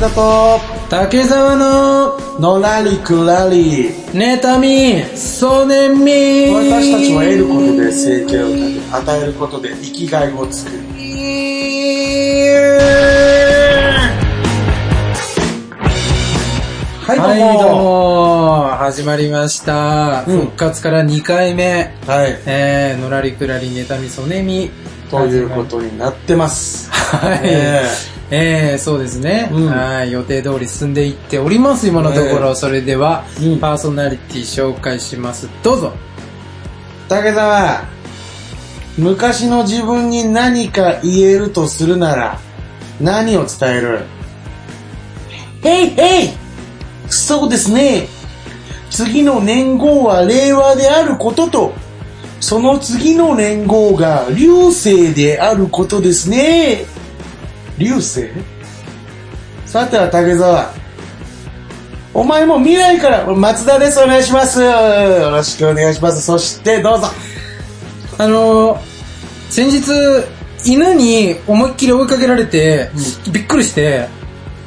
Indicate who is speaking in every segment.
Speaker 1: 田と
Speaker 2: 竹沢の
Speaker 1: のらりくらり
Speaker 2: 妬み、そねみ。
Speaker 1: 私たちは得ることで生計を立て与えることで生きがいを作るはいどうも,、
Speaker 2: はい、どうも、始まりました。
Speaker 1: うん
Speaker 2: 復活から2回目、
Speaker 1: はい
Speaker 2: えー、のらりくらり、妬み、そねみ。
Speaker 1: ということになってます
Speaker 2: はい。
Speaker 1: え
Speaker 2: えー、そうですね、
Speaker 1: うん
Speaker 2: はい。予定通り進んでいっております、今のところ。
Speaker 1: ね
Speaker 2: それでは、
Speaker 1: うん
Speaker 2: パーソナリティ紹介します。どうぞ。
Speaker 1: 竹澤昔の自分に何か言えるとするなら何を伝えるへいへいそうですね次の年号は令和であることとその次の年号が流星であることですね流星さては竹澤お前も未来から松田ですお願いしますよろしくお願いしますそしてどうぞ
Speaker 2: あのー、先日、犬に思いっきり追いかけられて、びっくりして、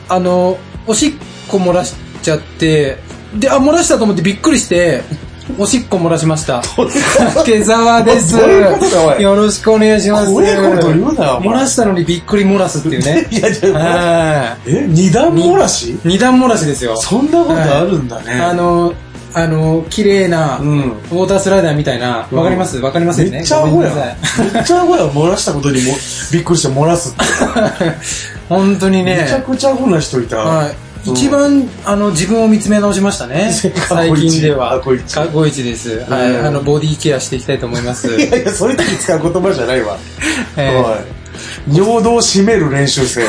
Speaker 2: あのー、おしっこ漏らしちゃって、で、あ、漏らしたと思ってびっくりして、おしっこ漏らしま した。竹沢です。
Speaker 1: どういうことだおい
Speaker 2: よろしくお願いします。
Speaker 1: 怖えこと言うなよお前。
Speaker 2: 漏らしたのにびっくり漏らすっていうね
Speaker 1: いやいや
Speaker 2: は
Speaker 1: え二段漏らし
Speaker 2: い。二段漏らしですよ。
Speaker 1: そんなことあるんだね。
Speaker 2: あのー、あのー、綺麗な、
Speaker 1: うん。
Speaker 2: ウォータースライダーみたいな、わかりますわかりますよね。
Speaker 1: めっちゃアホやん。
Speaker 2: ごめん
Speaker 1: め
Speaker 2: なさい
Speaker 1: っちゃアホやん。漏らしたことにもびっくりして漏らす って。
Speaker 2: 本当に
Speaker 1: めちゃ
Speaker 2: ね、
Speaker 1: くちゃアホな人いた。
Speaker 2: はい、一番あの自分を見つめ直しました ね
Speaker 1: 過去
Speaker 2: 最
Speaker 1: 一
Speaker 2: 近では
Speaker 1: 過去一
Speaker 2: 過去一です、はい、
Speaker 1: うん
Speaker 2: あのボディケアしていきたいと思い ます、
Speaker 1: いやいや、そういう時使う言葉じゃないわ。
Speaker 2: えー
Speaker 1: おい尿道を締める練習生。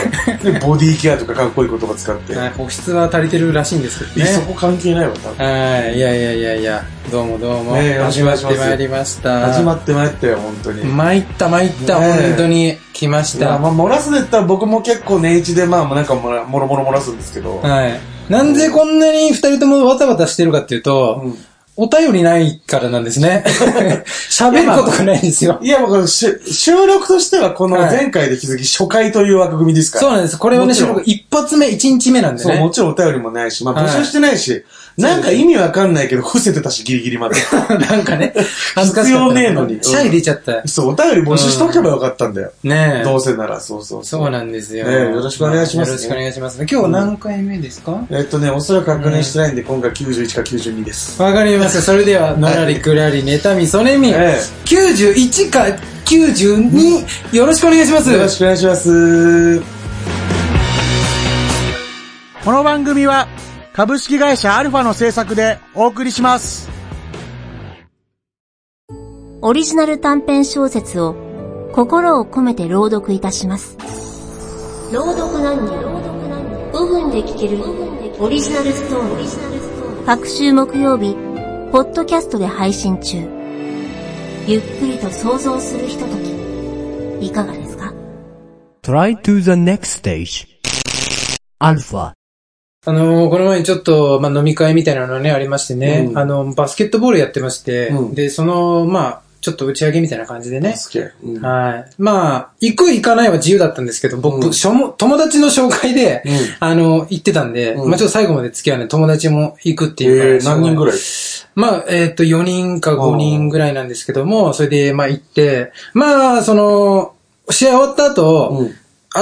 Speaker 1: でボディケアとかかっこいい言葉使って。
Speaker 2: はい、保湿は足りてるらしいんですけ
Speaker 1: い
Speaker 2: ど
Speaker 1: やそ
Speaker 2: ね
Speaker 1: こ関係ないわ、多分。
Speaker 2: はいいやいやいやいやどうもどうも、
Speaker 1: ねえよろし
Speaker 2: 始
Speaker 1: くお
Speaker 2: ま
Speaker 1: 願いしてます
Speaker 2: っまいりました
Speaker 1: 始まってまいったよ、本当に。
Speaker 2: 参った参った、
Speaker 1: ねえ
Speaker 2: 本当に来まし
Speaker 1: いや
Speaker 2: た
Speaker 1: まあ、漏らすで言ったら僕も結構年一でまあなんかもらもろもろ漏らすんですけど、
Speaker 2: はいなんでこんなに二人ともわたわたしてるかっていうと、
Speaker 1: うん
Speaker 2: お便りないからなんで すね。 喋ることがないんですよ。
Speaker 1: いやもうこのし収録としてはこの前回で気づき初回という枠組みですから
Speaker 2: そうなんです。これはね、
Speaker 1: もちろ
Speaker 2: 収
Speaker 1: ん
Speaker 2: 録一発目、一日目なんで
Speaker 1: そう、も
Speaker 2: ね。
Speaker 1: ちろんお便りもないし、まあ
Speaker 2: はい
Speaker 1: 募集してないし、なんか意味わかんないけど伏せてたし、ギリギリまで。
Speaker 2: なんかね、恥ずかしかった。
Speaker 1: 必要ねえのに
Speaker 2: シャイ出ちゃった。
Speaker 1: そう、お便り募集しとけばよかったんだよ。
Speaker 2: ねえ。
Speaker 1: どうせなら、そうそう
Speaker 2: そう
Speaker 1: う。
Speaker 2: なんですよ。
Speaker 1: ねえよろしくお願いしますね
Speaker 2: よろしくお願いします。今日何回目ですかわ、
Speaker 1: えっとね、おそらく確認してないんで、今回91か92です。
Speaker 2: かりました。それでは、のらりくらり、ねたみ、そねみ、
Speaker 1: ええ
Speaker 2: 91か92、よろしくお願いします。
Speaker 1: よろしくお願いします。
Speaker 3: この番組は株式会社アルファの制作でお送りします。
Speaker 4: オリジナル短編小説を心を込めて朗読いたします。朗読何人 ?5 分で聞けるオリジナルストーリー。各週木曜日、ポッドキャストで配信中。ゆっくりと想像するひととき、いかがですか
Speaker 5: Try to the next stage. Alpha.
Speaker 2: あのーこの前にちょっと、まあ、飲み会みたいなのね、ありましてね、
Speaker 1: うん
Speaker 2: あの、バスケットボールやってまして、
Speaker 1: うん
Speaker 2: で、その、まあ、ちょっと打ち上げみたいな感じでね、
Speaker 1: すげえうん
Speaker 2: はい。まあ、行く行かないは自由だったんですけど、僕、
Speaker 1: うん
Speaker 2: しょも友達の紹介で、
Speaker 1: うん
Speaker 2: あの、行ってたんで、
Speaker 1: うん
Speaker 2: まあちょっと最後まで付き合うね、友達も行くっていう
Speaker 1: え
Speaker 2: 感
Speaker 1: ー
Speaker 2: じ、
Speaker 1: 何人ぐらい
Speaker 2: まあ、えっ、と、4人か5人ぐらいなんですけども、それで、まあ行って、まあ、その、試合終わった後、
Speaker 1: ん。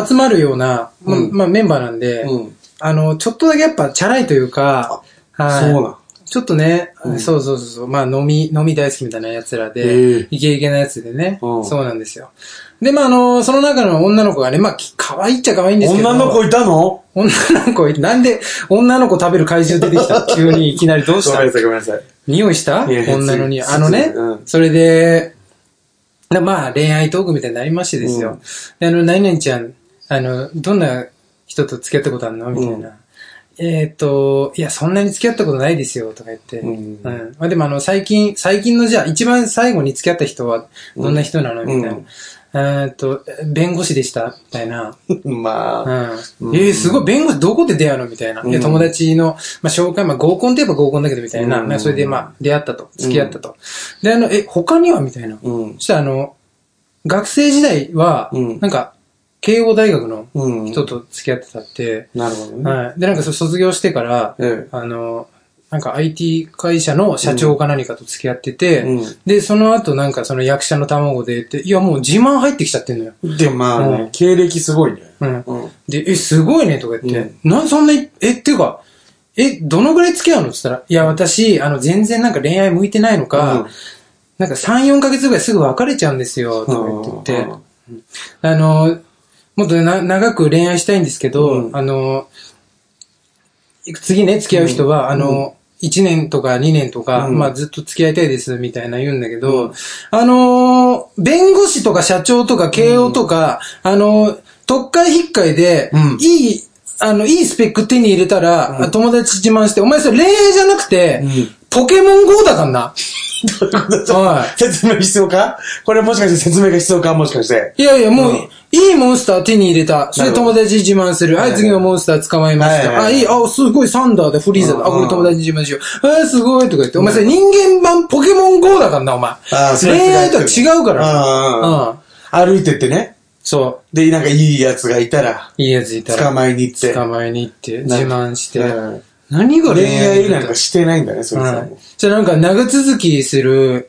Speaker 2: 集まるような、まあ
Speaker 1: うん
Speaker 2: まあメンバーなんで、
Speaker 1: うん。
Speaker 2: あの、ちょっとだけやっぱチャラいというか、はい
Speaker 1: そうなん。
Speaker 2: ちょっとね、
Speaker 1: うん
Speaker 2: そうそうそうそう、まあ飲み、飲み大好きみたいな奴ら
Speaker 1: へ
Speaker 2: で
Speaker 1: え、
Speaker 2: イケイケなやつでね、
Speaker 1: うん
Speaker 2: そうなんですよ。で、まああの、その中の女の子がね、まあき可愛いっちゃ可愛いんですけど。
Speaker 1: 女の子いたの
Speaker 2: 女の子い、なんで女の子食べる怪獣出て きた急にいきなりどうし
Speaker 1: ご
Speaker 2: た
Speaker 1: めんなさい、ごめんなさい。
Speaker 2: 匂いした
Speaker 1: いやいや
Speaker 2: 女の匂い。
Speaker 1: 普通
Speaker 2: あのね、
Speaker 1: うん
Speaker 2: それで、でまあ恋愛トークみたいになりましてですよ。であの、何々ちゃん、あの、どんな人と付き合ったことあるのみたいな。えっ、と、いや、そんなに付き合ったことないですよ、とか言って。
Speaker 1: うん
Speaker 2: まあでも、あの、最近、最近のじゃあ、一番最後に付き合った人は、どんな人なのみたいな。
Speaker 1: うん
Speaker 2: えっと、弁護士でした、みたいな。
Speaker 1: ま あ、
Speaker 2: うん。えー、すごい、弁護士どこで出会うのみたいな。
Speaker 1: う
Speaker 2: で、
Speaker 1: ん
Speaker 2: 友達の、まあ、紹介、まあ、合コンといえば合コンだけど、みたいな。
Speaker 1: うん
Speaker 2: まあそれで、まあ、出会ったと。付き合ったと。で、あの、え、他にはみたいな。
Speaker 1: うん
Speaker 2: そ。したら、あの、学生時代は
Speaker 1: うん、
Speaker 2: なんか、慶応大学の
Speaker 1: うん。
Speaker 2: 人と付き合ってたって、
Speaker 1: なるほどね。
Speaker 2: はい。で、なんかそ卒業してから、
Speaker 1: え
Speaker 2: あの、なんか IT 会社の社長か何かと付き合ってて、
Speaker 1: う
Speaker 2: で、その後なんかその役者の卵でって、いやもう自慢入ってきちゃってんのよ。
Speaker 1: え。で、まあ
Speaker 2: う
Speaker 1: ね、経歴すごいね。
Speaker 2: うん。
Speaker 1: うん。
Speaker 2: で、え、すごいねとか言って、なんそんなに、え、っていうか、え、どのぐらい付き合うのって言ったら、いや私、あの全然なんか恋愛向いてないのか、
Speaker 1: うん
Speaker 2: なんか3、4ヶ月ぐらいすぐ別れちゃうんですよ、とか言ってて、あの、もっとな長く恋愛したいんですけど、
Speaker 1: うん
Speaker 2: あの、次ね、付き合う人は、あの、1年とか2年とか、
Speaker 1: うん
Speaker 2: まあずっと付き合いたいです、みたいな言うんだけど、あのー、弁護士とか社長とか慶応とか、あのー、特会引っかいで、
Speaker 1: うん
Speaker 2: いい、あの、いいスペック手に入れたら、
Speaker 1: うん
Speaker 2: 友達自慢して、お前それ恋愛じゃなくて、
Speaker 1: うん
Speaker 2: ポケモン GO だからな。
Speaker 1: どういうことだ
Speaker 2: はい。
Speaker 1: 説明必要かこれもしかして説明が必要かもしかして。
Speaker 2: いやいや、もう、
Speaker 1: うん
Speaker 2: いいモンスター手に入れた。それ
Speaker 1: なるほ
Speaker 2: 友
Speaker 1: ど
Speaker 2: 達自慢する。は
Speaker 1: はい
Speaker 2: い、
Speaker 1: はい
Speaker 2: 次のモンスター捕まえまし
Speaker 1: はいはい
Speaker 2: た。
Speaker 1: は
Speaker 2: あ、
Speaker 1: い
Speaker 2: いい、あ、すごい、サンダーでフリーザ
Speaker 1: うん
Speaker 2: だ。あ、こ
Speaker 1: うん
Speaker 2: れ友達自慢しよう。あー、すごい、とか言って。お前さ、人間版ポケモン GO だからな、お前。
Speaker 1: あーそれ
Speaker 2: 恋愛とは違うか
Speaker 1: うんうんうん
Speaker 2: ら。うん。
Speaker 1: 歩いてってね。
Speaker 2: そ
Speaker 1: で、なんかいいやつがいたら、
Speaker 2: う。いいやついたら。
Speaker 1: 捕まえに行って。
Speaker 2: 捕まえに行って、自慢して。
Speaker 1: うん
Speaker 2: 何が
Speaker 1: 恋
Speaker 2: 恋愛
Speaker 1: 愛なんかしてないんだね、それさ
Speaker 2: は
Speaker 1: ん
Speaker 2: い
Speaker 1: も。。
Speaker 2: じゃあなんか長続きする、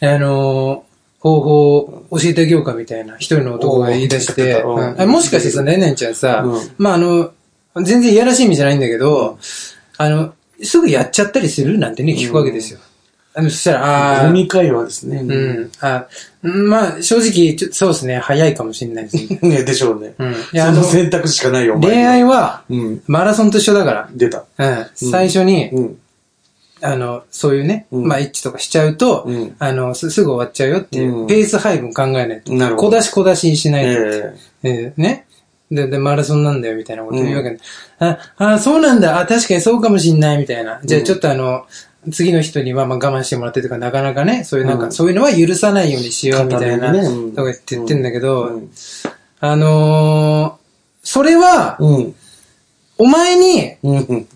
Speaker 2: あのー、方法を教えてあげようかみたいな、一人の男が言い出して、
Speaker 1: おー
Speaker 2: うんあもしかしてさ、ねねんちゃんさ、
Speaker 1: うん
Speaker 2: まああの、全然いやらしい意味じゃないんだけど、あの、すぐやっちゃったりするなんてね、聞くわけですよ。あのそしたら、あ
Speaker 1: 飲
Speaker 2: あ、
Speaker 1: み会はですね。
Speaker 2: う。ん、あうんまあ正直、ちょそうですね、早いかもしれないです ね。
Speaker 1: ね、でしょうね。
Speaker 2: うんいや
Speaker 1: その選択肢しかないよ、お前
Speaker 2: 恋愛は、
Speaker 1: うん。
Speaker 2: マラソンと一緒だか
Speaker 1: 出た。
Speaker 2: ら、うん、最初に、
Speaker 1: うん。
Speaker 2: あの、そういうね、
Speaker 1: うん
Speaker 2: まあ、一致とかしちゃうと、
Speaker 1: うん
Speaker 2: あのす、すぐ終わっちゃうよっていう、
Speaker 1: うん
Speaker 2: ペース配分考えないと。
Speaker 1: なるほど
Speaker 2: 小出し小出しにしないと。
Speaker 1: え
Speaker 2: えーね。で、で、マラソンなんだよ、みたいなこと言うわけ、であ、あ、そうなんだ。あ、確かにそうかもしんない、みたいな。じゃあ、ちょっとあの、次の人には、まあ、我慢してもらってとか、なかなかね、そういうなんか、
Speaker 1: うん
Speaker 2: そういうのは許さないようにしよう、みたいな、
Speaker 1: 固めにねうん
Speaker 2: とか言って言ってんだけど、
Speaker 1: うん
Speaker 2: あのーそれは、
Speaker 1: うん。
Speaker 2: お前に、
Speaker 1: うん。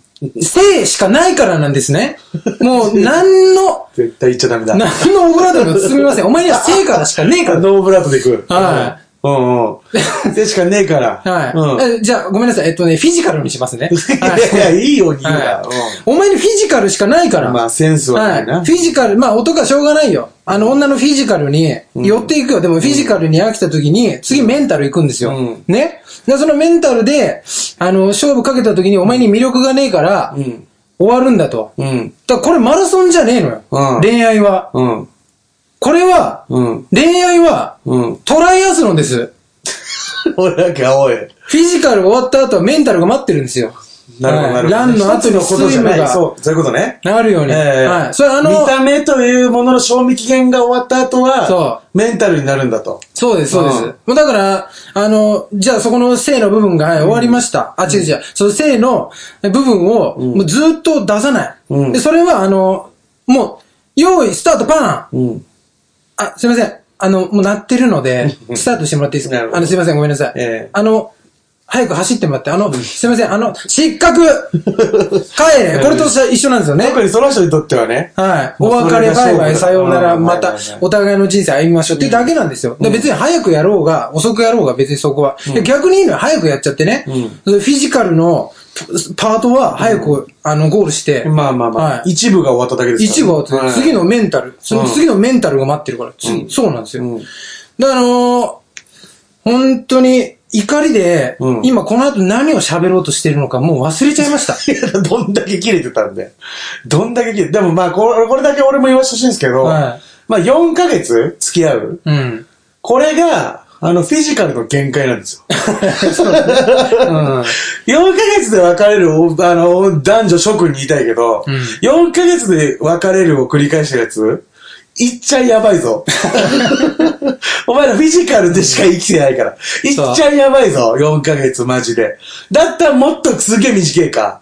Speaker 2: 性しかないからなんですね。もう、何の、
Speaker 1: 絶対言っちゃダメだ。
Speaker 2: 何のオブラートにも包みません。お前には成果しかねえ から。
Speaker 1: ノーブラートで行く。。
Speaker 2: は
Speaker 1: うん
Speaker 2: い
Speaker 1: うん。でしかねえから。
Speaker 2: はい、
Speaker 1: うん。
Speaker 2: えじゃあ、ごめんなさい。えっとね、フィジカルにします ね。
Speaker 1: いやいや、いいように言うな。
Speaker 2: はいお前にフィジカルしかないか
Speaker 1: う
Speaker 2: ら。
Speaker 1: ん。まあ、センスは
Speaker 2: は。
Speaker 1: ないいな。
Speaker 2: フィジカル、まあ男はしょうがないよ。あの女のフィジカルに寄っていくよ。でもフィジカルに飽きた時に、次メンタル行くんですよ。
Speaker 1: うん
Speaker 2: ねで、そのメンタルで、あの、勝負かけた時にお前に魅力がねえから、
Speaker 1: うん。
Speaker 2: 終わるんだと。
Speaker 1: うん。
Speaker 2: だからこれマラソンじゃねえのよ。
Speaker 1: うん
Speaker 2: 恋愛は。
Speaker 1: うん。
Speaker 2: これは、
Speaker 1: うん。
Speaker 2: 恋愛は、
Speaker 1: うん。
Speaker 2: トライアスロンです。
Speaker 1: 俺だけ、おい。
Speaker 2: フィジカル終わった後はメンタルが待ってるんですよ。
Speaker 1: なるほど、なるほど。
Speaker 2: はいランの後に
Speaker 1: 一つことじゃな
Speaker 2: スイムが
Speaker 1: い。そう、そういうことね。
Speaker 2: なるように。
Speaker 1: ええ
Speaker 2: はい。それあの
Speaker 1: 見、た目というものの賞味期限が終わった後は、
Speaker 2: そ
Speaker 1: メンタルになるんだと。
Speaker 2: そうです、そうです。
Speaker 1: うん
Speaker 2: もうだから、あの、じゃあそこの性の部分が、はい、終わりました。あ、違う違う。その性の部分を、もうずっと出さない。
Speaker 1: うん
Speaker 2: で、それは、あの、もう、用意、スタート、パン
Speaker 1: うん。
Speaker 2: あ、すいません。あの、もう鳴ってるので、スタートしてもらっていいです
Speaker 1: なるほ
Speaker 2: か
Speaker 1: ど
Speaker 2: あの、すいません、ごめんなさい。
Speaker 1: ええ
Speaker 2: あの、早く走ってもらって、あの、すいません、あの、失 格帰れこれと一緒なんですよね。
Speaker 1: 特にその人にとってはね。
Speaker 2: はい。お別れ、バイバイ、さようなら、
Speaker 1: うん
Speaker 2: また
Speaker 1: はいはいはい、
Speaker 2: お互いの人生歩みましょうっていうだけなんですよ。で別に早くやろうが、遅くやろうが、別にそこは。で逆にいいのは早くやっちゃってね。フィジカルのパートは早く、あの、ゴールして。
Speaker 1: まあまあまあ、
Speaker 2: はい
Speaker 1: 一部が終わっただけです
Speaker 2: 一号って
Speaker 1: はい
Speaker 2: 次のメンタル、そ次のメンタルが待ってるから、つそうなんですよ。だから、あのー本当に怒りで、
Speaker 1: うん
Speaker 2: 今この後何を喋ろうとしてるのかもう忘れちゃいま した。
Speaker 1: どんだけ切れてたんだよ。どんだけ切れて、でもまあこれ、これだけ俺も言わせてほしいんですけど、
Speaker 2: はい
Speaker 1: まあ4ヶ月付き合う。
Speaker 2: うん。
Speaker 1: これが、あの、フィジカルの限界なんですよ。
Speaker 2: うん。
Speaker 1: 4ヶ月で別れる、あの、男女諸君に言いたいけど、4ヶ月で別れるを繰り返してるやつ、いっちゃやばいぞ。お前らフィジカルでしか生きてないから。いっちゃやばいぞ、4ヶ月マジで。だったらもっとすげえ短いか。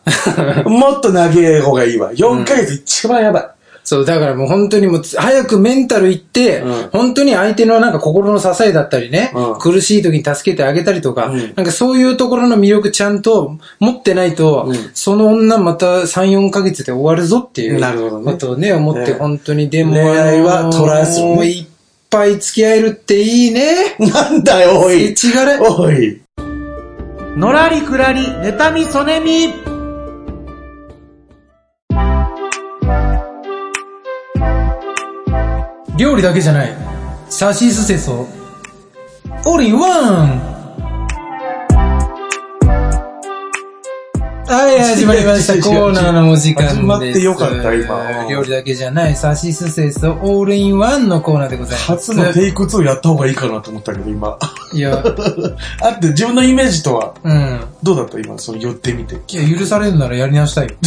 Speaker 1: もっと長え方がいいわ。4ヶ月一番やばい。
Speaker 2: そう、だからもう本当にもうつ、早くメンタル行って、
Speaker 1: うん
Speaker 2: 本当に相手のなんか心の支えだったりね、
Speaker 1: うん
Speaker 2: 苦しい時に助けてあげたりとか、
Speaker 1: うん
Speaker 2: なんかそういうところの魅力ちゃんと持ってないと、
Speaker 1: うん
Speaker 2: その女また3、4ヶ月で終わるぞっていう
Speaker 1: なるほどね
Speaker 2: ことをね、思っ
Speaker 1: ね
Speaker 2: て本当に、でも、
Speaker 1: 恋愛はトライアスロンね
Speaker 2: もう一ぱい付き合えるっていいね。
Speaker 1: なんだよ、おい。
Speaker 2: ちがれ。
Speaker 1: おい。
Speaker 3: のらりくらり、妬みそねみ。
Speaker 2: 料理だけじゃない。サシスセソ。オールインワンはい、始ま りました。
Speaker 1: 違う違う違う
Speaker 2: コーナーのお時間です。
Speaker 1: 始まってよかった今
Speaker 2: 料理だけじゃない、サシスセソ、オールインワンのコーナーでございます。
Speaker 1: 初のテイク2やった方がいいかなと思ったけど、今。
Speaker 2: いや、
Speaker 1: あって、自分のイメージとは、
Speaker 2: うん。
Speaker 1: どうだった今、その寄ってみて。
Speaker 2: いや、許されるならやり直したいよ。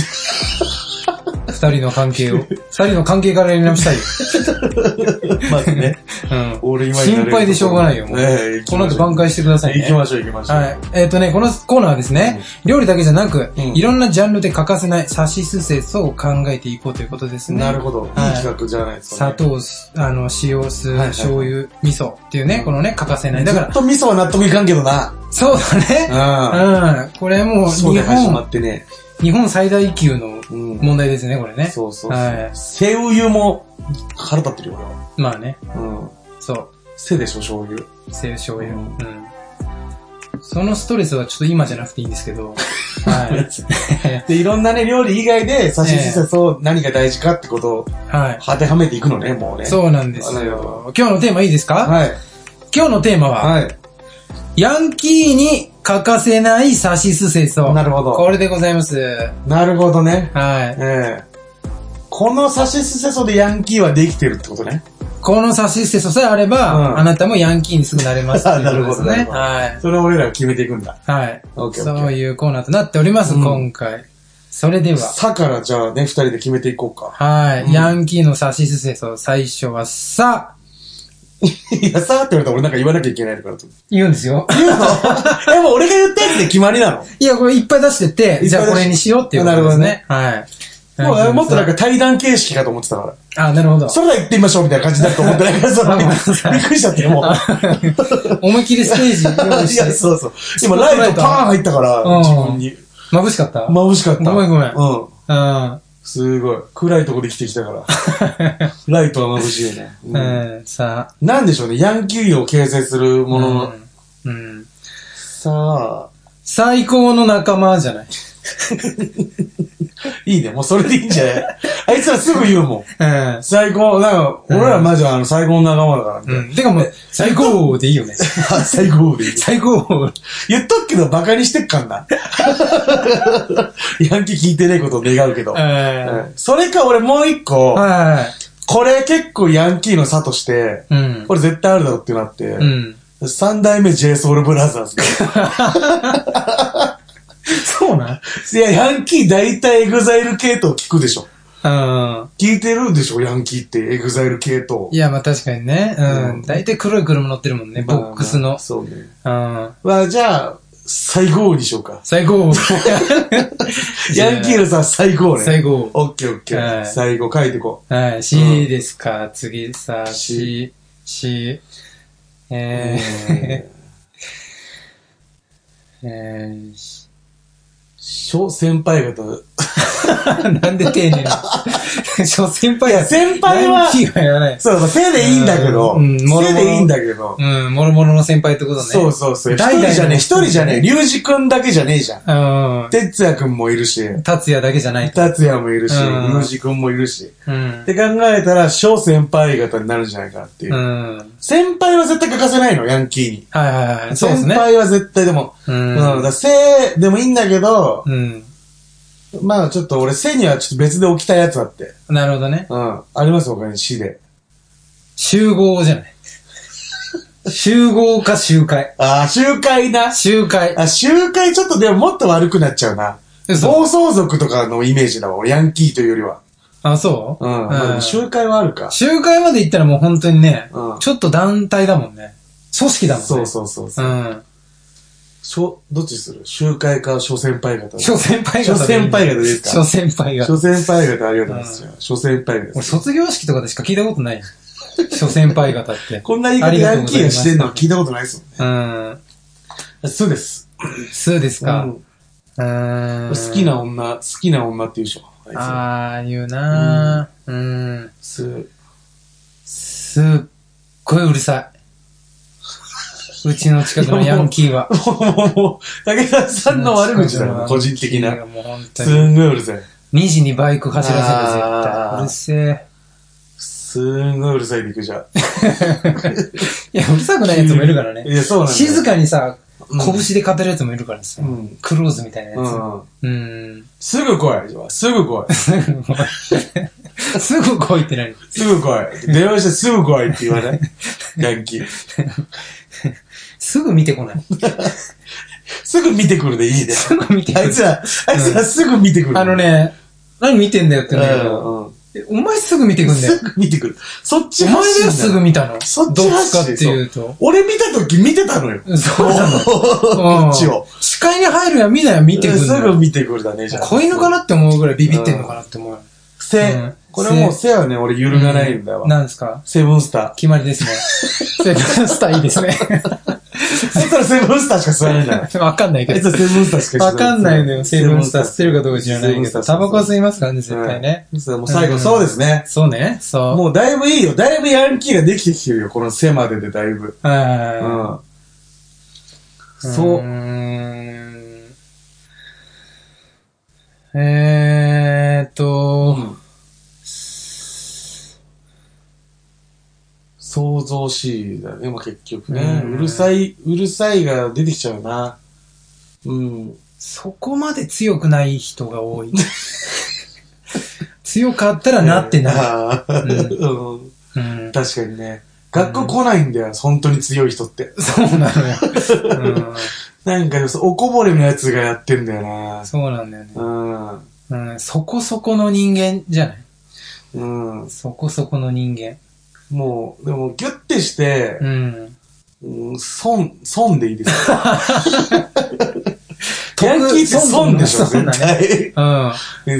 Speaker 2: 二人の関係を。二人の関係からやり直したいよ。
Speaker 1: まずね、
Speaker 2: うん。
Speaker 1: 俺今
Speaker 2: 心配でしょうがないよ。もう
Speaker 1: ねえ、
Speaker 2: この後挽回してくださいね。
Speaker 1: 行きましょう行きましょう。
Speaker 2: はい。えっ、とね、このコーナーはですね、料理だけじゃなく、
Speaker 1: うん
Speaker 2: いろんなジャンルで欠かせないサシスセソを考えていこうということですね。
Speaker 1: なるほど。いい
Speaker 2: はい
Speaker 1: 企画じゃないですか、
Speaker 2: 砂
Speaker 1: ね。
Speaker 2: 糖、すあの、塩、酢、
Speaker 1: はい
Speaker 2: 醤油、味噌っていうね、このね、欠かせない。だ
Speaker 1: ず
Speaker 2: から
Speaker 1: っ、と味噌は納得いかんけどな。
Speaker 2: そうだね。
Speaker 1: う
Speaker 2: うん。これもう、
Speaker 1: ん。そう
Speaker 2: 日
Speaker 1: で始ま
Speaker 2: 本、
Speaker 1: ってね。
Speaker 2: 日本最大級の
Speaker 1: うん。
Speaker 2: 問題ですね、これね。
Speaker 1: そうそうそう。
Speaker 2: はい。
Speaker 1: 背湯も腹立ってるよ、俺は。
Speaker 2: まあね、
Speaker 1: うん。
Speaker 2: そう。
Speaker 1: 背でしょ、醤油。
Speaker 2: 精醤油。
Speaker 1: う
Speaker 2: うんん。そのストレスはちょっと今じゃなくていいんですけ ど、はい。
Speaker 1: で、いろんなね、料理以外で、差しすせそう、何が大事かってことを、
Speaker 2: はい。
Speaker 1: 当てはめていくのね、もうね。う。
Speaker 2: そうなんです
Speaker 1: なる
Speaker 2: よ。今日のテーマいいですか
Speaker 1: はい。
Speaker 2: 今日のテーマは、
Speaker 1: はい。
Speaker 2: ヤンキーに欠かせないサシスセソ。
Speaker 1: なるほど
Speaker 2: これでございます。
Speaker 1: なるほどね。
Speaker 2: はい。
Speaker 1: ええ。この差しすせそでヤンキーはできてるってことね。
Speaker 2: このサシスセソさえあれば、
Speaker 1: うん
Speaker 2: あなたもヤンキーにすぐなれます。
Speaker 1: あなるほど
Speaker 2: ということですね。
Speaker 1: な
Speaker 2: はい。
Speaker 1: それを俺らが決めていくんだ。
Speaker 2: はい。
Speaker 1: オッケーオッケー
Speaker 2: そういうコーナーとなっております、
Speaker 1: うん
Speaker 2: 今回。それでは、
Speaker 1: さからじゃあね、二人で決めていこうか。
Speaker 2: はい、
Speaker 1: うん
Speaker 2: ヤンキーのサシスセソ、最初はさ、
Speaker 1: いや、さーって言われたら俺なんか言わなきゃいけないからと思って。
Speaker 2: 言うんです よ。
Speaker 1: え、もう俺が言ったやつで決まりなの
Speaker 2: いや、これいっぱい出してて、
Speaker 1: 出し
Speaker 2: じゃあこれにしようっていうことですね。はい。
Speaker 1: もうもっとなん
Speaker 2: か
Speaker 1: か対談形式かと思ってたから。
Speaker 2: あ、なるほど。
Speaker 1: それでは行ってみましょうみたいな感じだと思ってないから、その びっくりしちゃって、 もう。
Speaker 2: 思いっきりステージ用意
Speaker 1: い
Speaker 2: して
Speaker 1: や、そうそう。今、ライトパーン入ったから、
Speaker 2: うん
Speaker 1: 自分に。
Speaker 2: 眩しかった
Speaker 1: 眩しかった。
Speaker 2: ごめんごめん
Speaker 1: うん。
Speaker 2: うん。
Speaker 1: すごい。暗いとこで生きてきたから。 ライトは眩しいよね。う
Speaker 2: うんん、さ
Speaker 1: なんでしょうね、ヤンキーを形成する
Speaker 2: あ、
Speaker 1: ものの。
Speaker 2: うん、うん。
Speaker 1: さあ、
Speaker 2: 最高の仲間じゃない。
Speaker 1: いいね、もうそれでいいんじゃ ないあいつらすぐ言うもん。
Speaker 2: う
Speaker 1: 最高、なんか、俺らマジあの、最高の仲間だからみたい
Speaker 2: ん。うん。てかもう、最高でいいよね。
Speaker 1: な。最高でいい。
Speaker 2: 最高。
Speaker 1: 言っとくけど、馬鹿にしてっかんな。ヤンキー聞いてねえことを願うけど。
Speaker 2: は
Speaker 1: うんそれか、俺もう一個、
Speaker 2: は
Speaker 1: これ結構ヤンキーの差として、
Speaker 2: い。うん。
Speaker 1: これ絶対あるだろうってなっ
Speaker 2: う
Speaker 1: て、
Speaker 2: ん。
Speaker 1: 三、代目 JSOUL BROTHERS
Speaker 2: そうな。
Speaker 1: いや、ヤンキー大体エグザイル系統聞くでしょ。
Speaker 2: うん。
Speaker 1: 聞いてるんでしょ、ヤンキーってエグザイル系統
Speaker 2: い。や、まあ確かにね。
Speaker 1: う
Speaker 2: うんん。大体黒い車乗ってるもんね、ボ
Speaker 1: まあまあ
Speaker 2: ックスの。
Speaker 1: そうね。
Speaker 2: うん。
Speaker 1: まあ、じゃあ、最高にしようか。
Speaker 2: 最高。
Speaker 1: ヤンキーのさ、最高ね。
Speaker 2: 最高
Speaker 1: オッケーオッケ
Speaker 2: は
Speaker 1: ー。
Speaker 2: い
Speaker 1: 最後書いてこ
Speaker 2: はい、
Speaker 1: うん
Speaker 2: C ですか、次さ、
Speaker 1: C
Speaker 2: C、C、
Speaker 1: う。
Speaker 2: えー、
Speaker 1: えー
Speaker 2: えーし
Speaker 1: 小先輩方、
Speaker 2: なんで丁寧な。 初先輩
Speaker 1: いや先輩は
Speaker 2: ヤンキーはやらない。
Speaker 1: そう、せいでいいんだけど、
Speaker 2: うんうん
Speaker 1: せいでいいんだけど、
Speaker 2: うん、もろもろの先輩ってことね。
Speaker 1: そうそうそう。一
Speaker 2: 代々
Speaker 1: 人
Speaker 2: の
Speaker 1: じゃねえ、一人じゃねえ、リュウジ君だけじゃねえじゃん。
Speaker 2: うん。
Speaker 1: 哲也君もいるし、
Speaker 2: 達也だけじゃない。
Speaker 1: 達也もいるし、
Speaker 2: うん
Speaker 1: リュウジ君もいるし。っ
Speaker 2: うん。
Speaker 1: て考えたら、小先輩方になるんじゃないかなっていうう。
Speaker 2: ん。はい
Speaker 1: 先輩は絶対欠かせないの、ヤンキーに。
Speaker 2: はいはい。そうですね。
Speaker 1: 先輩は絶対でも、
Speaker 2: う
Speaker 1: うんん、だからせいでもいいんだけど、
Speaker 2: うん。
Speaker 1: まあちょっと俺、せいにはちょっと別で置きたいやつあって。
Speaker 2: なるほどね。
Speaker 1: うん。あります他に、死で。
Speaker 2: 集合じゃない。集合か集会。
Speaker 1: あー、集会な。
Speaker 2: 集会。
Speaker 1: あ、集会ちょっとでももっと悪くなっちゃうな。暴
Speaker 2: 嘘
Speaker 1: 走族とかのイメージだわ、俺ヤンキーというよりは。
Speaker 2: あ、そう
Speaker 1: うん。まあで
Speaker 2: う
Speaker 1: も
Speaker 2: ん。
Speaker 1: 集会はあるか。
Speaker 2: 集会まで行ったらもう本当にね、
Speaker 1: うん
Speaker 2: ちょっと団体だもんね。組織だもんね。
Speaker 1: そうそうそうそうう。
Speaker 2: ん。
Speaker 1: 小どっちする集会か諸先輩方。
Speaker 2: 諸先輩方。
Speaker 1: 諸先輩方ですか
Speaker 2: 諸先輩が
Speaker 1: 諸。先輩方ありがとうございます。諸先輩方
Speaker 2: 俺、。卒業式とかでしか聞いたことないよ。諸先輩方っ て。
Speaker 1: こんな言い方ヤンキーがしてんのは聞いたことないですもん
Speaker 2: うん。
Speaker 1: ね。そうです。
Speaker 2: そうですか。
Speaker 1: うん
Speaker 2: うーん。
Speaker 1: 好き。な女、好きな女って言うでしょ。あい
Speaker 2: あー、言うなーうん。
Speaker 1: つ。す、
Speaker 2: すっごいうるさ い。うちの近くのヤンキーは。
Speaker 1: も う、もう、もう、武田さんの悪口だよ、個人的な。
Speaker 2: もう本当
Speaker 1: す
Speaker 2: に。
Speaker 1: んごいうるさい。
Speaker 2: 2時にバイク走らせる絶
Speaker 1: あー
Speaker 2: 対。うるせ
Speaker 1: すんごいうるさい肉じゃ。
Speaker 2: え。いや、うるさくないやつもいるからね。
Speaker 1: いや、そうなんだよ。
Speaker 2: 静かにさ、
Speaker 1: うん
Speaker 2: 拳で語るやつもいるからさ
Speaker 1: う。ん。
Speaker 2: クローズみたいな
Speaker 1: う
Speaker 2: や
Speaker 1: ん。
Speaker 2: つ。うん。
Speaker 1: すぐ来い。すぐ来い。
Speaker 2: すぐ来いって何
Speaker 1: すぐ来い。電話してすぐ来いって言わ ないヤンキー。
Speaker 2: すぐ見てこない。
Speaker 1: すぐ見てくるでいい ね。
Speaker 2: すぐ見てこ
Speaker 1: あ
Speaker 2: ない
Speaker 1: い。つら、あいつらすぐ見てくる。
Speaker 2: あのね、何見てんだよって
Speaker 1: う
Speaker 2: 言うんだけど、
Speaker 1: ん、うん。
Speaker 2: えお前すぐ見てくんだよ
Speaker 1: す。ぐ見てくる。そっち
Speaker 2: お前
Speaker 1: 発信
Speaker 2: が
Speaker 1: だ
Speaker 2: すぐ見たの。
Speaker 1: そっ
Speaker 2: ど
Speaker 1: ち
Speaker 2: っちか
Speaker 1: 発
Speaker 2: って
Speaker 1: 信
Speaker 2: いうと。
Speaker 1: 俺見た時見てたのよ。
Speaker 2: そうなの。
Speaker 1: こ
Speaker 2: うん
Speaker 1: っちを。
Speaker 2: 視界に入るや見ないや見てくん
Speaker 1: す
Speaker 2: だ
Speaker 1: ぐ
Speaker 2: よ。
Speaker 1: 見てくるだね、じゃあ。
Speaker 2: 子犬かなって思うぐらいビビってんのかなって思うよ。
Speaker 1: 背
Speaker 2: うん
Speaker 1: これもう背はね、俺揺るがないんだわ。
Speaker 2: なんですか
Speaker 1: セブンスタ
Speaker 2: 決まりです ね。セブンスターいいですね。
Speaker 1: ー。あいつらセブンスターしか座れない。
Speaker 2: わかんない
Speaker 1: あ
Speaker 2: け
Speaker 1: いつ
Speaker 2: ど
Speaker 1: ら。セブンスターしか座れ
Speaker 2: わかんないのよ。セブンスター吸ってるかどうか知らないけど。タバコは吸いますからね、絶対ね。。
Speaker 1: セブンスターうんもう最後、そうですね。
Speaker 2: そうね。そう。
Speaker 1: もうだいぶいいよ。だいぶヤンキーができてきてるよ。この背まででだいぶ。う
Speaker 2: は
Speaker 1: ん。
Speaker 2: い。
Speaker 1: そう
Speaker 2: ーん。えーっと、
Speaker 1: 想像しいだね、まあ、結局ね。
Speaker 2: うん
Speaker 1: うるさい、うるさいが出てきちゃうな。うん。
Speaker 2: そこまで強くない人が多い。 強かったらなってない。
Speaker 1: あー うん
Speaker 2: うん、
Speaker 1: 確かにね。学校来ないんだよ、本当に強い人って。
Speaker 2: そうなのよ、
Speaker 1: なんかね、そうおこぼれのやつがやってんだよな
Speaker 2: うん。。そうなんだよね、
Speaker 1: うん。
Speaker 2: うん。そこそこの人間じゃない
Speaker 1: うん。
Speaker 2: そこそこの人間。
Speaker 1: もう、でも、ギュッてして
Speaker 2: う、ん。
Speaker 1: うん、損、損でいい ですよ。
Speaker 2: 得
Speaker 1: ヤンキーって損でしょ、
Speaker 2: 損
Speaker 1: 絶
Speaker 2: だね
Speaker 1: 対。
Speaker 2: うん。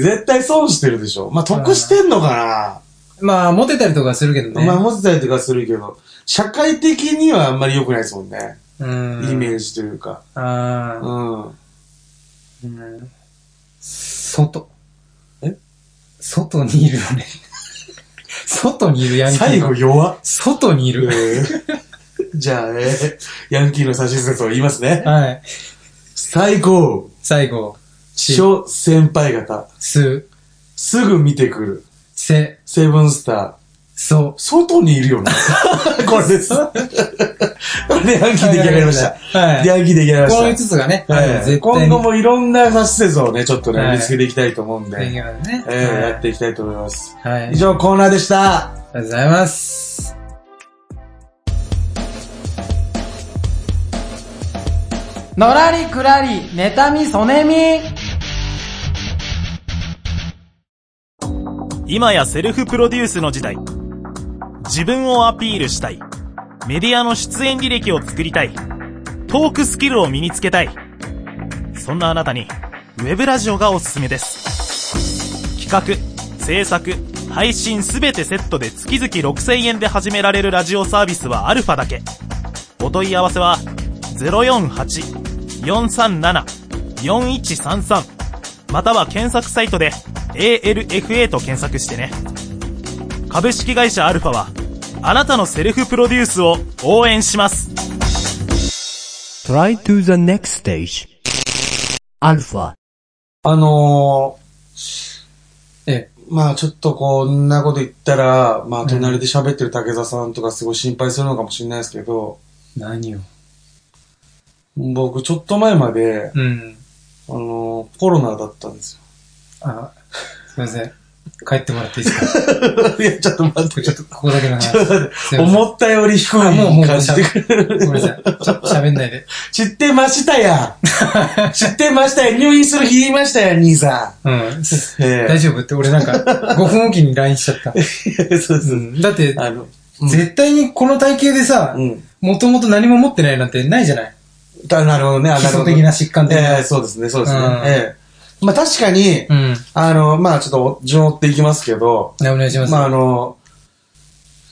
Speaker 1: ね絶対損してるでしょ。まあ、得してんのか
Speaker 2: まあ、モテたりとかするけど
Speaker 1: な、まあ、
Speaker 2: ね。
Speaker 1: 持ってたりとかするけど、社会的にはあんまり良くないですもんね。
Speaker 2: うん。
Speaker 1: イメージというか。
Speaker 2: ああ、
Speaker 1: うん。
Speaker 2: うん。外。
Speaker 1: え
Speaker 2: 外にいるよね。 外にいるヤンキーが。
Speaker 1: 最後弱っ。
Speaker 2: 外にいる。
Speaker 1: えー じゃあ、えーヤンキーの指し説を言いますね。
Speaker 2: はい。
Speaker 1: 最高、
Speaker 2: 最後。
Speaker 1: 諸先輩方、
Speaker 2: す、
Speaker 1: すぐ見てくる、
Speaker 2: せ、
Speaker 1: セブンスター、
Speaker 2: そ。
Speaker 1: 外にいるよ ね。これです。これでヤンキー出来上がりました。
Speaker 2: はい。
Speaker 1: ヤンキー出来上がりま
Speaker 2: この5
Speaker 1: し
Speaker 2: つがね、
Speaker 1: た。
Speaker 2: あの
Speaker 1: はい、
Speaker 2: 絶対
Speaker 1: 今
Speaker 2: に。
Speaker 1: 後もいろんな指し説をね、ちょっとね、
Speaker 2: はい
Speaker 1: 見つけていきたいと思うんで、
Speaker 2: できますね。
Speaker 1: えー
Speaker 2: はい
Speaker 1: やっていきたいと思います。
Speaker 2: はい。あ
Speaker 1: 以
Speaker 2: りが
Speaker 1: 上コーナーでした。
Speaker 2: とうございます。のらりくらり、妬み、そねみ。
Speaker 6: 今やセルフプロデュースの時代。自分をアピールしたい。メディアの出演履歴を作りたい。トークスキルを身につけたい。そんなあなたに、ウェブラジオがおすすめです。企画、制作、配信すべてセットで月々6000円で始められるラジオサービスはアルファだけ。お問い合わせは、048-437-4133。または検索サイトで ALFA と検索してね。株式会社アルファは、あなたのセルフプロデュースを応援します。
Speaker 5: Try to the next stage. Alpha.
Speaker 1: あのー、
Speaker 2: え
Speaker 1: まあちょっとこんなこと言ったら、まあ隣で喋ってる竹田さんとかすごい心配するのかもしれないですけど、
Speaker 2: 何を
Speaker 1: 僕ちょっと前まで、
Speaker 2: うん。
Speaker 1: あのー、コロナだったんです
Speaker 2: あ、すいません。帰ってもらっていいです か
Speaker 1: よ。いや、ちょっと待って、
Speaker 2: ちょっとここだけの話。すいません
Speaker 1: 思ったより低い
Speaker 2: あもうもう
Speaker 1: 感じでくれ
Speaker 2: ごめんな
Speaker 1: る。
Speaker 2: さい。ちょっと喋んないで。
Speaker 1: 知ってましたや ん知ってましたやん入院する日言いましたやん兄 さ
Speaker 2: うん。
Speaker 1: ん。え
Speaker 2: 大丈夫って俺なんか5分 おきに LINE しちゃった。
Speaker 1: 夫 そうそうう。
Speaker 2: んだって、
Speaker 1: あの、うん
Speaker 2: 絶対にこの体型でさ
Speaker 1: う、ん。
Speaker 2: もともと何も持ってないなんてないじゃない
Speaker 1: だなるほどね、あ
Speaker 2: 基礎的な疾患的
Speaker 1: え
Speaker 2: な
Speaker 1: えそうですね、そうですね。
Speaker 2: うん
Speaker 1: ええまあ確かに、
Speaker 2: うん。
Speaker 1: あの、まあちょっと順を追っていきますけど、
Speaker 2: お願いします。
Speaker 1: まああの、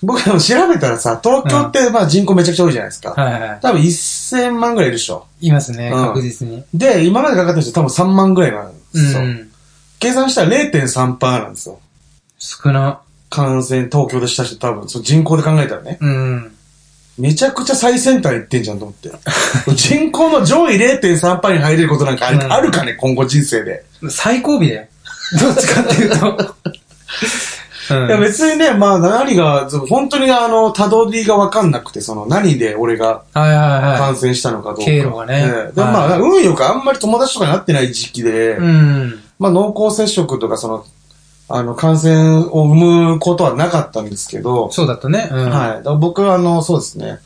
Speaker 1: 僕らも調べたらさ、東京ってまあ人口めちゃくちゃ多いじゃないですか。
Speaker 2: はいは
Speaker 1: 多分1000万ぐらいいるでしょ。
Speaker 2: い。いますね、
Speaker 1: うん
Speaker 2: 確実に。
Speaker 1: で、今までかかった人多分3万ぐらいなんで
Speaker 2: う
Speaker 1: すよ。
Speaker 2: ん。
Speaker 1: 計算したら0.3%なんですよ。
Speaker 2: 少な。
Speaker 1: 感染、東京でした人多分、その人口で考えたらね。
Speaker 2: うん。
Speaker 1: めちゃくちゃ最先端行ってんじゃんと思 って。人口の上位0.3%に入れることなんかある,、
Speaker 2: うん
Speaker 1: あるかね、今後人生で。
Speaker 2: 最後尾だよ。 どっちかっていうと。うん
Speaker 1: いや別にね、まあ何が、そう本当にあの、たどりがわかんなくて、その何で俺が
Speaker 2: はいはいは
Speaker 1: 感染したのかどうか。
Speaker 2: 経路がね
Speaker 1: ええでまあ、運よくあんまり友達とかになってない時期で、
Speaker 2: い。うん。
Speaker 1: まあ濃厚接触とかその、あの、感染を生むことはなかったんですけど、
Speaker 2: そうだったね。うん。
Speaker 1: はい。だから僕はあの、そうですね。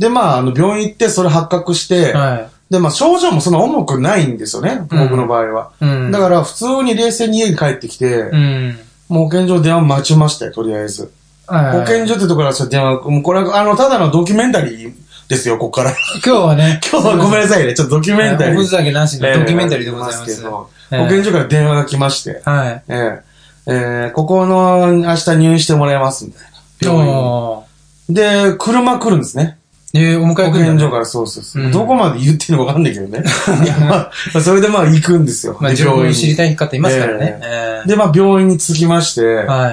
Speaker 1: で、まあ、あの、病院行ってそれ発覚して、
Speaker 2: は
Speaker 1: で、まあ、症状もそんな重くないんですよね、
Speaker 2: うん
Speaker 1: 僕の場合は。
Speaker 2: い。うん。
Speaker 1: だから、普通に冷静に家に帰ってきて、
Speaker 2: うん。
Speaker 1: もう保健所に電話待ちましたよ、とりあえず。
Speaker 2: はい
Speaker 1: 保健所ってところはちょっと電話、もうこれは、あの、ただのドキュメンタリーですよ、ここ から。
Speaker 2: 今日はね、
Speaker 1: 今日はごめんなさいね、ちょっとドキュメンタリー。
Speaker 2: おふざけなし
Speaker 1: え
Speaker 2: の
Speaker 1: え
Speaker 2: ドキュメンタリーでございま
Speaker 1: け
Speaker 2: す。は
Speaker 1: ど、
Speaker 2: ええ
Speaker 1: 保健所から電話が来まして、
Speaker 2: い。
Speaker 1: ええええここの、明日入院してもらいます、みたいな。病院
Speaker 2: おー
Speaker 1: で、車来るんですね。
Speaker 2: えー、お迎
Speaker 1: 保
Speaker 2: え来るんだね
Speaker 1: 健所からそうそうそう、
Speaker 2: うん
Speaker 1: どこまで言っていいのかわかんないけど ね。いや、まあ、それでまあ行くんですよ。
Speaker 2: まあ、
Speaker 1: で
Speaker 2: 自分を知りたい方いますからね。
Speaker 1: え
Speaker 2: ええ
Speaker 1: で、まあ病院に着きまして、
Speaker 2: は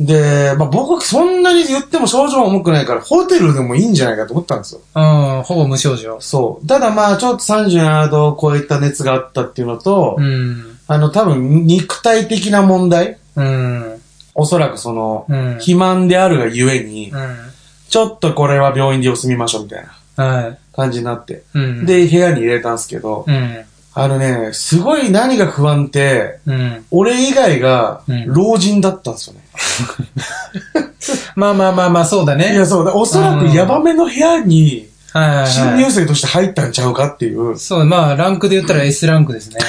Speaker 2: い。
Speaker 1: で、まあ僕そんなに言っても症状重くないから、ホテルでもいいんじゃないかと思ったんですよ。
Speaker 2: うん、ほぼ無症状。
Speaker 1: そう。ただまあちょっと37度を超えた熱があったっていうのと、
Speaker 2: うん。
Speaker 1: あの多分肉体的な問題、
Speaker 2: うん。
Speaker 1: おそらくその、
Speaker 2: うん。
Speaker 1: 肥満であるがゆえに、
Speaker 2: うん。
Speaker 1: ちょっとこれは病院で様子見ましょうみたいな
Speaker 2: はい。
Speaker 1: 感じになって。
Speaker 2: うん。、
Speaker 1: で、部屋に入れたんですけど、
Speaker 2: うん。
Speaker 1: あのね、すごい何が不安って、
Speaker 2: うん。
Speaker 1: 俺以外が
Speaker 2: うん
Speaker 1: 老人だったんですよね。
Speaker 2: まあまあまあまあ、そうだね。
Speaker 1: いや、そうだ、おそらくヤバめの部屋に
Speaker 2: はいはいはい。
Speaker 1: 新入生として入ったんちゃうかっていう。
Speaker 2: そう、まあ、ランクで言ったら S ランクです ね。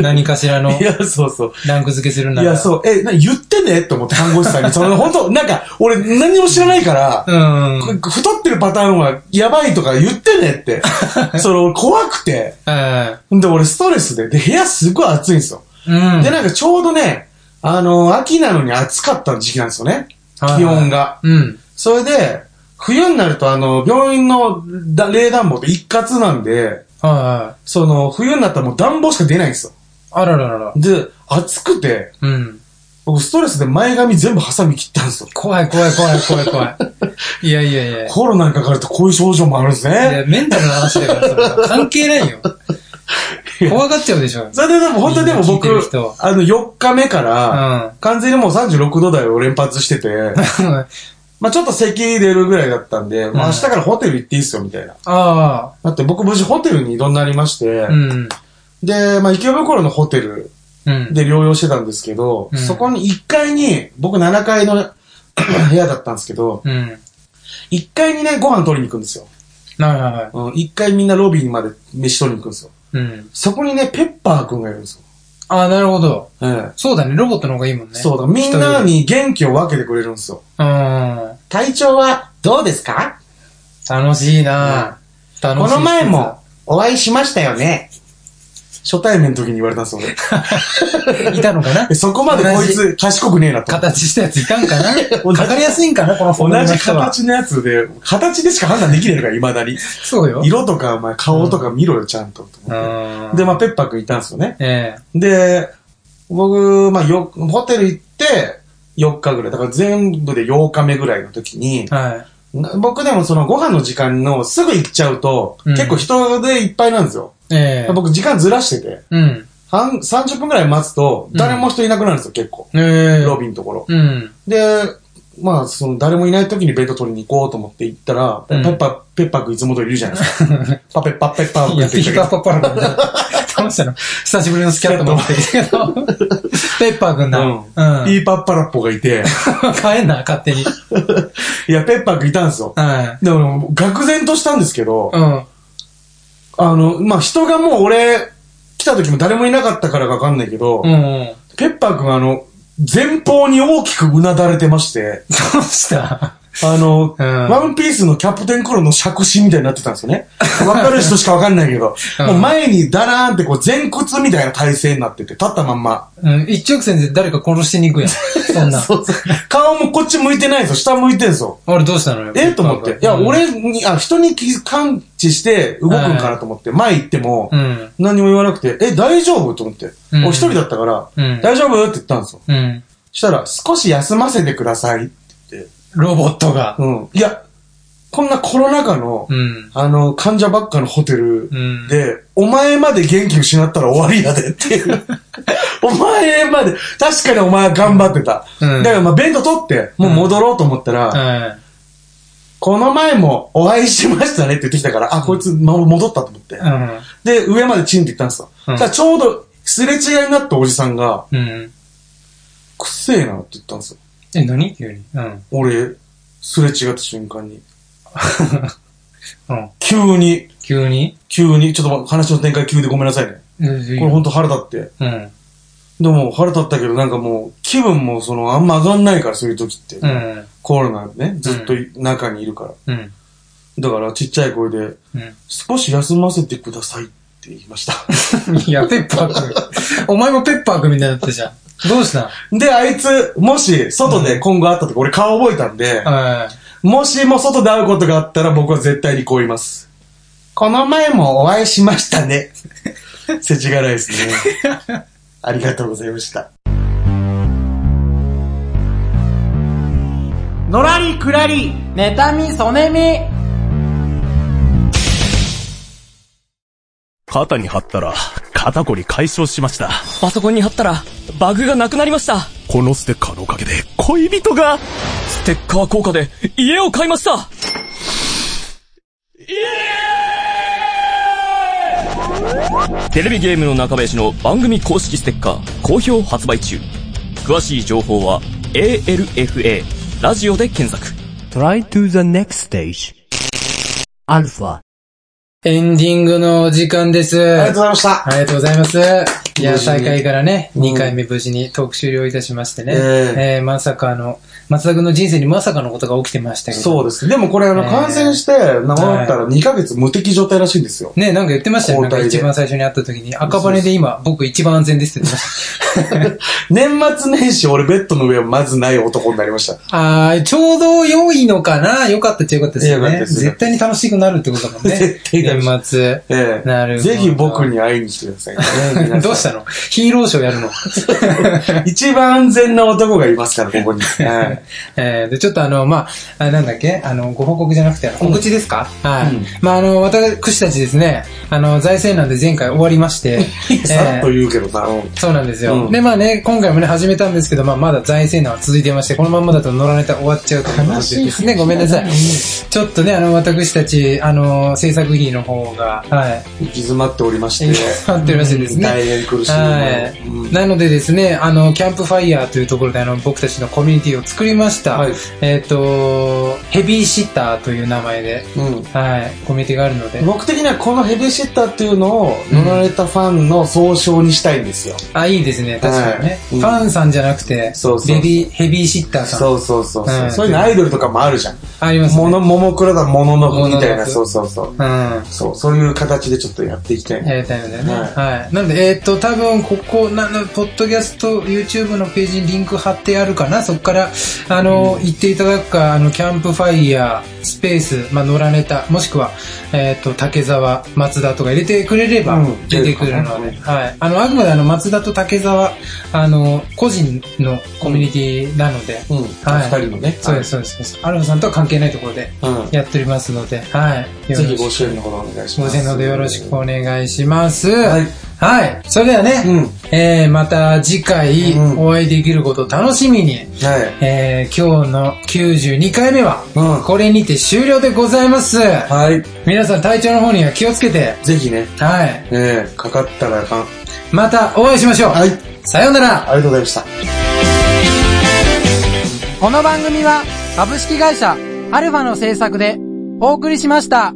Speaker 2: 何かしらの
Speaker 1: いや、そうそう。
Speaker 2: ランク付けする
Speaker 1: い
Speaker 2: なら。
Speaker 1: や、そう、え、な言ってねと思って看護師さんに。その、本当なんか、俺何にも知らないから、
Speaker 2: うん。
Speaker 1: こ太ってるパターンはやばいとか言ってね って。それ俺怖くて。
Speaker 2: は
Speaker 1: で、俺ストレスで。で、部屋すごい暑いんですよ。
Speaker 2: い。うん。
Speaker 1: で、なんかちょうどね、あの、秋なのに暑かった時期なんですよね。
Speaker 2: はい
Speaker 1: 気温が。
Speaker 2: うん。
Speaker 1: それで、冬になると、あの、病院のだ冷暖房って一括なんで、
Speaker 2: はい。
Speaker 1: その、冬になったらもう暖房しか出ないんですよ。
Speaker 2: あらららら。
Speaker 1: で、暑くて、
Speaker 2: うん。
Speaker 1: 僕ストレスで前髪全部ハサミ切ったんですよ。
Speaker 2: 怖い怖い怖い怖い怖い。いやいやいや。い
Speaker 1: コロナにかかるとこういう症状もあるんですね
Speaker 2: や、。メンタルの話だから、それは関係ないよ。怖がっちゃうで しょ。
Speaker 1: それででも本当にでも僕、
Speaker 2: 聞いてる人
Speaker 1: あの、4日目か
Speaker 2: う
Speaker 1: ら、
Speaker 2: ん。
Speaker 1: 完全にもう36度台を連発してて、まあちょっと咳出るぐらいだったんで、まあ明日からホテル行っていいっすよ、みたいな。
Speaker 2: あ
Speaker 1: だって僕無事ホテルに移動になりまして、
Speaker 2: あ、うん。
Speaker 1: で、まあ池袋のホテル
Speaker 2: うん。
Speaker 1: で療養してたんですけど、
Speaker 2: うん
Speaker 1: そこに1階に、僕7階の 部屋だったんですけど、
Speaker 2: うん。
Speaker 1: 1階にね、ご飯取りに行くんですよ。
Speaker 2: はいはいはい。
Speaker 1: うん、1階みんなロビーまで飯取りに行くんですよ。
Speaker 2: うん。
Speaker 1: そこにね、ペッパーくんがいるんですよ。
Speaker 2: ああ、なるほど。
Speaker 1: ええ
Speaker 2: そうだね、ロボットの方がいいもんね。
Speaker 1: そうだ、みんなに元気を分けてくれるんですよ。
Speaker 2: うん。
Speaker 1: 体調はどうですか
Speaker 2: 楽しいな楽し
Speaker 1: こ
Speaker 2: い。
Speaker 1: の前も。お会いしましたよね。初対面の時に言われたんですよ、俺。
Speaker 2: いたのかな
Speaker 1: えそこまでこいつ賢くねえなと思って。
Speaker 2: 形したやついたん かなかかりやすいんかなこのフォ
Speaker 1: 同
Speaker 2: ルムの
Speaker 1: じ
Speaker 2: 人は。
Speaker 1: 形のやつで、形でしか判断できねえから、未だに。
Speaker 2: そうよ。
Speaker 1: 色とか、お前、顔とか見ろよ、ちゃんと。
Speaker 2: うん。
Speaker 1: で、まあ、ペッパーくんいたんですよね。
Speaker 2: ええ。
Speaker 1: で、僕、まあ、よ、ホテル行って、4日ぐらい。だから全部で8日目ぐらいの時に、
Speaker 2: はい。
Speaker 1: な僕でもそのご飯の時間のすぐ行っちゃうと、
Speaker 2: うん
Speaker 1: 結構人でいっぱいなんですよ。
Speaker 2: ええ。
Speaker 1: 僕時間ずらしてて、
Speaker 2: うん。
Speaker 1: 半30分ぐらい待つと、誰も人いなくなるんですよ、結構。
Speaker 2: ええ。
Speaker 1: ロビーのところ。
Speaker 2: うん。
Speaker 1: で、まあ、その、誰もいない時にベッド取りに行こうと思って行ったら、
Speaker 2: うん
Speaker 1: ペッパー、ペッパーくんいつも通りいるじゃないですか。パペッパッペッパーく
Speaker 2: い
Speaker 1: ん
Speaker 2: や、
Speaker 1: って
Speaker 2: ピ
Speaker 1: 言って
Speaker 2: ー
Speaker 1: たけ
Speaker 2: カ
Speaker 1: ど
Speaker 2: ーパパラ みたいな。楽しさの。久しぶりのスキャット持ってきたけど。ペッパーくんだ。
Speaker 1: うん
Speaker 2: うん。
Speaker 1: ピーパッパラッポがいて、
Speaker 2: 変えんな、勝手に。
Speaker 1: いや、ペッパーくんいたんですよ。
Speaker 2: はい。
Speaker 1: でも、愕然としたんですけど、
Speaker 2: うん。
Speaker 1: あの、まあ、人がもう俺、来た時も誰もいなかったからかわかんないけど、
Speaker 2: うん。
Speaker 1: ペッパーくんあの、前方に大きくうなだれてまして、
Speaker 2: どうした
Speaker 1: あの、
Speaker 2: うん
Speaker 1: ワンピースのキャプテンコロの杓子みたいになってたんですよ ね。わかる人しかわかんないけど、
Speaker 2: うん
Speaker 1: もう前にダラーンってこう前屈みたいな体勢になってて、立ったまんま。
Speaker 2: うん。一直線で誰か殺してに行くやん。 そんな。
Speaker 1: そうそう顔もこっち向いてないんですよ、下向いてんですよ。
Speaker 2: あれどうしたのよ。
Speaker 1: えと思って。いや、、俺に、あ、人に気感知して動くんかなと思って、前行っても
Speaker 2: う、ん。
Speaker 1: 何も言わなくて、え、大丈夫と思って。
Speaker 2: うん
Speaker 1: 俺一人だったから、
Speaker 2: うん
Speaker 1: 大丈夫って言ったんですよ。
Speaker 2: うん。
Speaker 1: そしたら、少し休ませてください。
Speaker 2: ロボットが。
Speaker 1: うん。いや、こんなコロナ禍の、
Speaker 2: うん。
Speaker 1: あの、患者ばっかのホテル
Speaker 2: うん。
Speaker 1: で、お前まで元気失ったら終わりやでっていう。お前まで、確かにお前は頑張ってた。
Speaker 2: うん
Speaker 1: だからまあ、ベッド取って、もう戻ろうと思ったら、
Speaker 2: は
Speaker 1: この前もお会いしましたねって言ってきたから、あ、こいつ、ま、戻ったと思って
Speaker 2: い。。うん。
Speaker 1: で、上までチンって行ったんですよ。
Speaker 2: う
Speaker 1: そし
Speaker 2: ん
Speaker 1: たらちょうど、すれ違いになったおじさんが、
Speaker 2: うん。
Speaker 1: くせえなって言ったんですよ。
Speaker 2: え、何急に。うん。
Speaker 1: 俺、すれ違った瞬間に。
Speaker 2: うん。
Speaker 1: 急に、
Speaker 2: 急に
Speaker 1: 急に、ちょっとま話の展開急でごめんなさいね。
Speaker 2: こ
Speaker 1: これほんと腹立って。
Speaker 2: うん。
Speaker 1: でも腹立ったけどなんかもう気分もそのあんま上がんないからそういう時って。
Speaker 2: うん。
Speaker 1: コロナでね、ずっとい中にいるから。
Speaker 2: うん。
Speaker 1: だからちっちゃい声で、
Speaker 2: うん。
Speaker 1: 少し休ませてくださいって言いました。
Speaker 2: いや、ペッパ ー君。お前もペッパー君みたいになってたじゃん。どうした
Speaker 1: で、あいつ、もし外で今後会ったとか俺顔覚えたんで、
Speaker 2: はい。
Speaker 1: もしも外で会うことがあったら僕は絶対にこう言います。この前もお会いしましたね。 世知辛いですね。 ありがとうございました。
Speaker 3: のらりくらり。
Speaker 2: 妬み、そねみ。
Speaker 6: 肩に貼ったら、肩こり解消しました。
Speaker 7: パソコンに貼ったら、バグがなくなりました。
Speaker 6: このステッカーのおかげで、恋人が、
Speaker 7: ステッカー効果で、家を買いましたテレビゲームの中林の番組公式ステッカー、好評発売中。詳しい情報は、ALFA、ラジオで検索。
Speaker 5: Try to the next stage. Alpha.
Speaker 2: エンディングのお時間です。
Speaker 1: ありがとうございました。
Speaker 2: ありがとうございます。いや、
Speaker 1: 無事に
Speaker 2: 大会からね、
Speaker 1: うん
Speaker 2: 2回目無事にトーク終了いたしましてね。
Speaker 1: え
Speaker 2: えーまさかあの、松田君の人生にまさかのことが起きてましたけど。
Speaker 1: そうです。でもこれ、あの、
Speaker 2: えー
Speaker 1: 感染して、治ったら2ヶ月無敵状態らしいんですよ。
Speaker 2: ね、なんか言ってましたよ。な
Speaker 1: 交
Speaker 2: んか
Speaker 1: 代で
Speaker 2: 一番最初に会った時に、赤羽で今、僕一番安全ですって言ってまし
Speaker 1: 年末年始、俺ベッドの上はまずない男になりました。
Speaker 2: た。あー、ちょうど良いのかな良かったっちゃ良かったですよ
Speaker 1: 良かった
Speaker 2: ね。
Speaker 1: です
Speaker 2: 絶対に楽しくなるってことだもんね。
Speaker 1: 絶対楽しい
Speaker 2: 年末。
Speaker 1: ええ
Speaker 2: なるほど
Speaker 1: ぜひ僕に会いに来てくださ いね、皆さん
Speaker 2: どうしたのヒーローショーやるの、
Speaker 1: 一番安全な男がいますから、 ここに。はい
Speaker 2: えー、で、ちょっとあの、まあ、あなんだっけあの、ご報告じゃなくて、あの告知ですか、はい。
Speaker 1: うん
Speaker 2: まあ、あの、私たちですね、あの、財政なんで前回終わりま して、
Speaker 1: さっと
Speaker 2: えー
Speaker 1: 言うけどさ、うん
Speaker 2: そうなんですよ、
Speaker 1: うん
Speaker 2: で、まあね、今回もね、始めたんですけど、まあ、まだ財政難は続いてまして、このまんまだと乗らネタ終わっちゃうということでですね、ごめんなさい。ちょっとね、あの、私たち、あの、制作費の方が、はい、
Speaker 1: 行き詰まっておりまして。
Speaker 2: 待ってるらしいですね。
Speaker 1: 大変苦しい思いを。
Speaker 2: はい、
Speaker 1: うん
Speaker 2: なのでですね、あの、キャンプファイヤーというところで、あの、僕たちのコミュニティを作りました。
Speaker 1: はい
Speaker 2: えっ、と、ヘビーシッターという名前で、
Speaker 1: うん
Speaker 2: はい、コミュニティがあるので。
Speaker 1: 僕的にはこのヘビーシッターっていうのを乗られたファンの総称にしたいんですよ。
Speaker 2: あ、いいですね、確かに
Speaker 1: は
Speaker 2: ね。
Speaker 1: いうん
Speaker 2: ファンさんじゃなくて、
Speaker 1: そうそうそう
Speaker 2: レディヘビーシッターさん。
Speaker 1: そうそうそうそうう。
Speaker 2: ん
Speaker 1: そういうのアイドルとかもあるじゃん。
Speaker 2: ありますね。
Speaker 1: もの、ももクロだ、もののふみたい
Speaker 2: ものの
Speaker 1: な、
Speaker 2: ふ
Speaker 1: そうそうそう。
Speaker 2: うん。
Speaker 1: そう、そういう形でちょっとやっていきたい
Speaker 2: や
Speaker 1: ね。
Speaker 2: りたいのでね。
Speaker 1: は
Speaker 2: はい。なので、えっ、と、多分、ここ、な、な、ポッドキャスト、YouTube のページにリンク貼ってあるかな。そこから、あの、行っていただくか、あの、キャンプファイヤー、スペース、まあ、野良ネタ、もしくは、えっ、と、竹沢、松田とか入れてくれれば
Speaker 1: うん、
Speaker 2: 出てくるので、
Speaker 1: 出る
Speaker 2: はい。あの、あくまであの、松田と竹沢、あの、個人のコミュニティなので、
Speaker 1: うん。
Speaker 2: はい
Speaker 1: 二人のね。
Speaker 2: そうです、そうです、そうです。アルファさんとは関係ないところで
Speaker 1: うん。
Speaker 2: やっておりますので、はい。
Speaker 1: ぜひ
Speaker 2: よろ
Speaker 1: ご
Speaker 2: し
Speaker 1: 支援のほどお願いし
Speaker 2: くご
Speaker 1: ます。
Speaker 2: 清聴でよろしくお願いします。
Speaker 1: はい。
Speaker 2: はい。それではね、
Speaker 1: うん。
Speaker 2: えー、また次回
Speaker 1: うん
Speaker 2: お会いできることを楽しみに、
Speaker 1: はい。
Speaker 2: えー、今日の92回目は、
Speaker 1: うん
Speaker 2: これにて終了でございます。
Speaker 1: はい。
Speaker 2: 皆さん体調の方には気をつけて、
Speaker 1: ぜひね、
Speaker 2: はい。
Speaker 1: えー、かかったらあかん。
Speaker 2: またお会いしましょう。
Speaker 1: はい。
Speaker 2: さようなら。
Speaker 1: ありがとうございました。
Speaker 2: この番組は株式会社アルファの制作でお送りしました。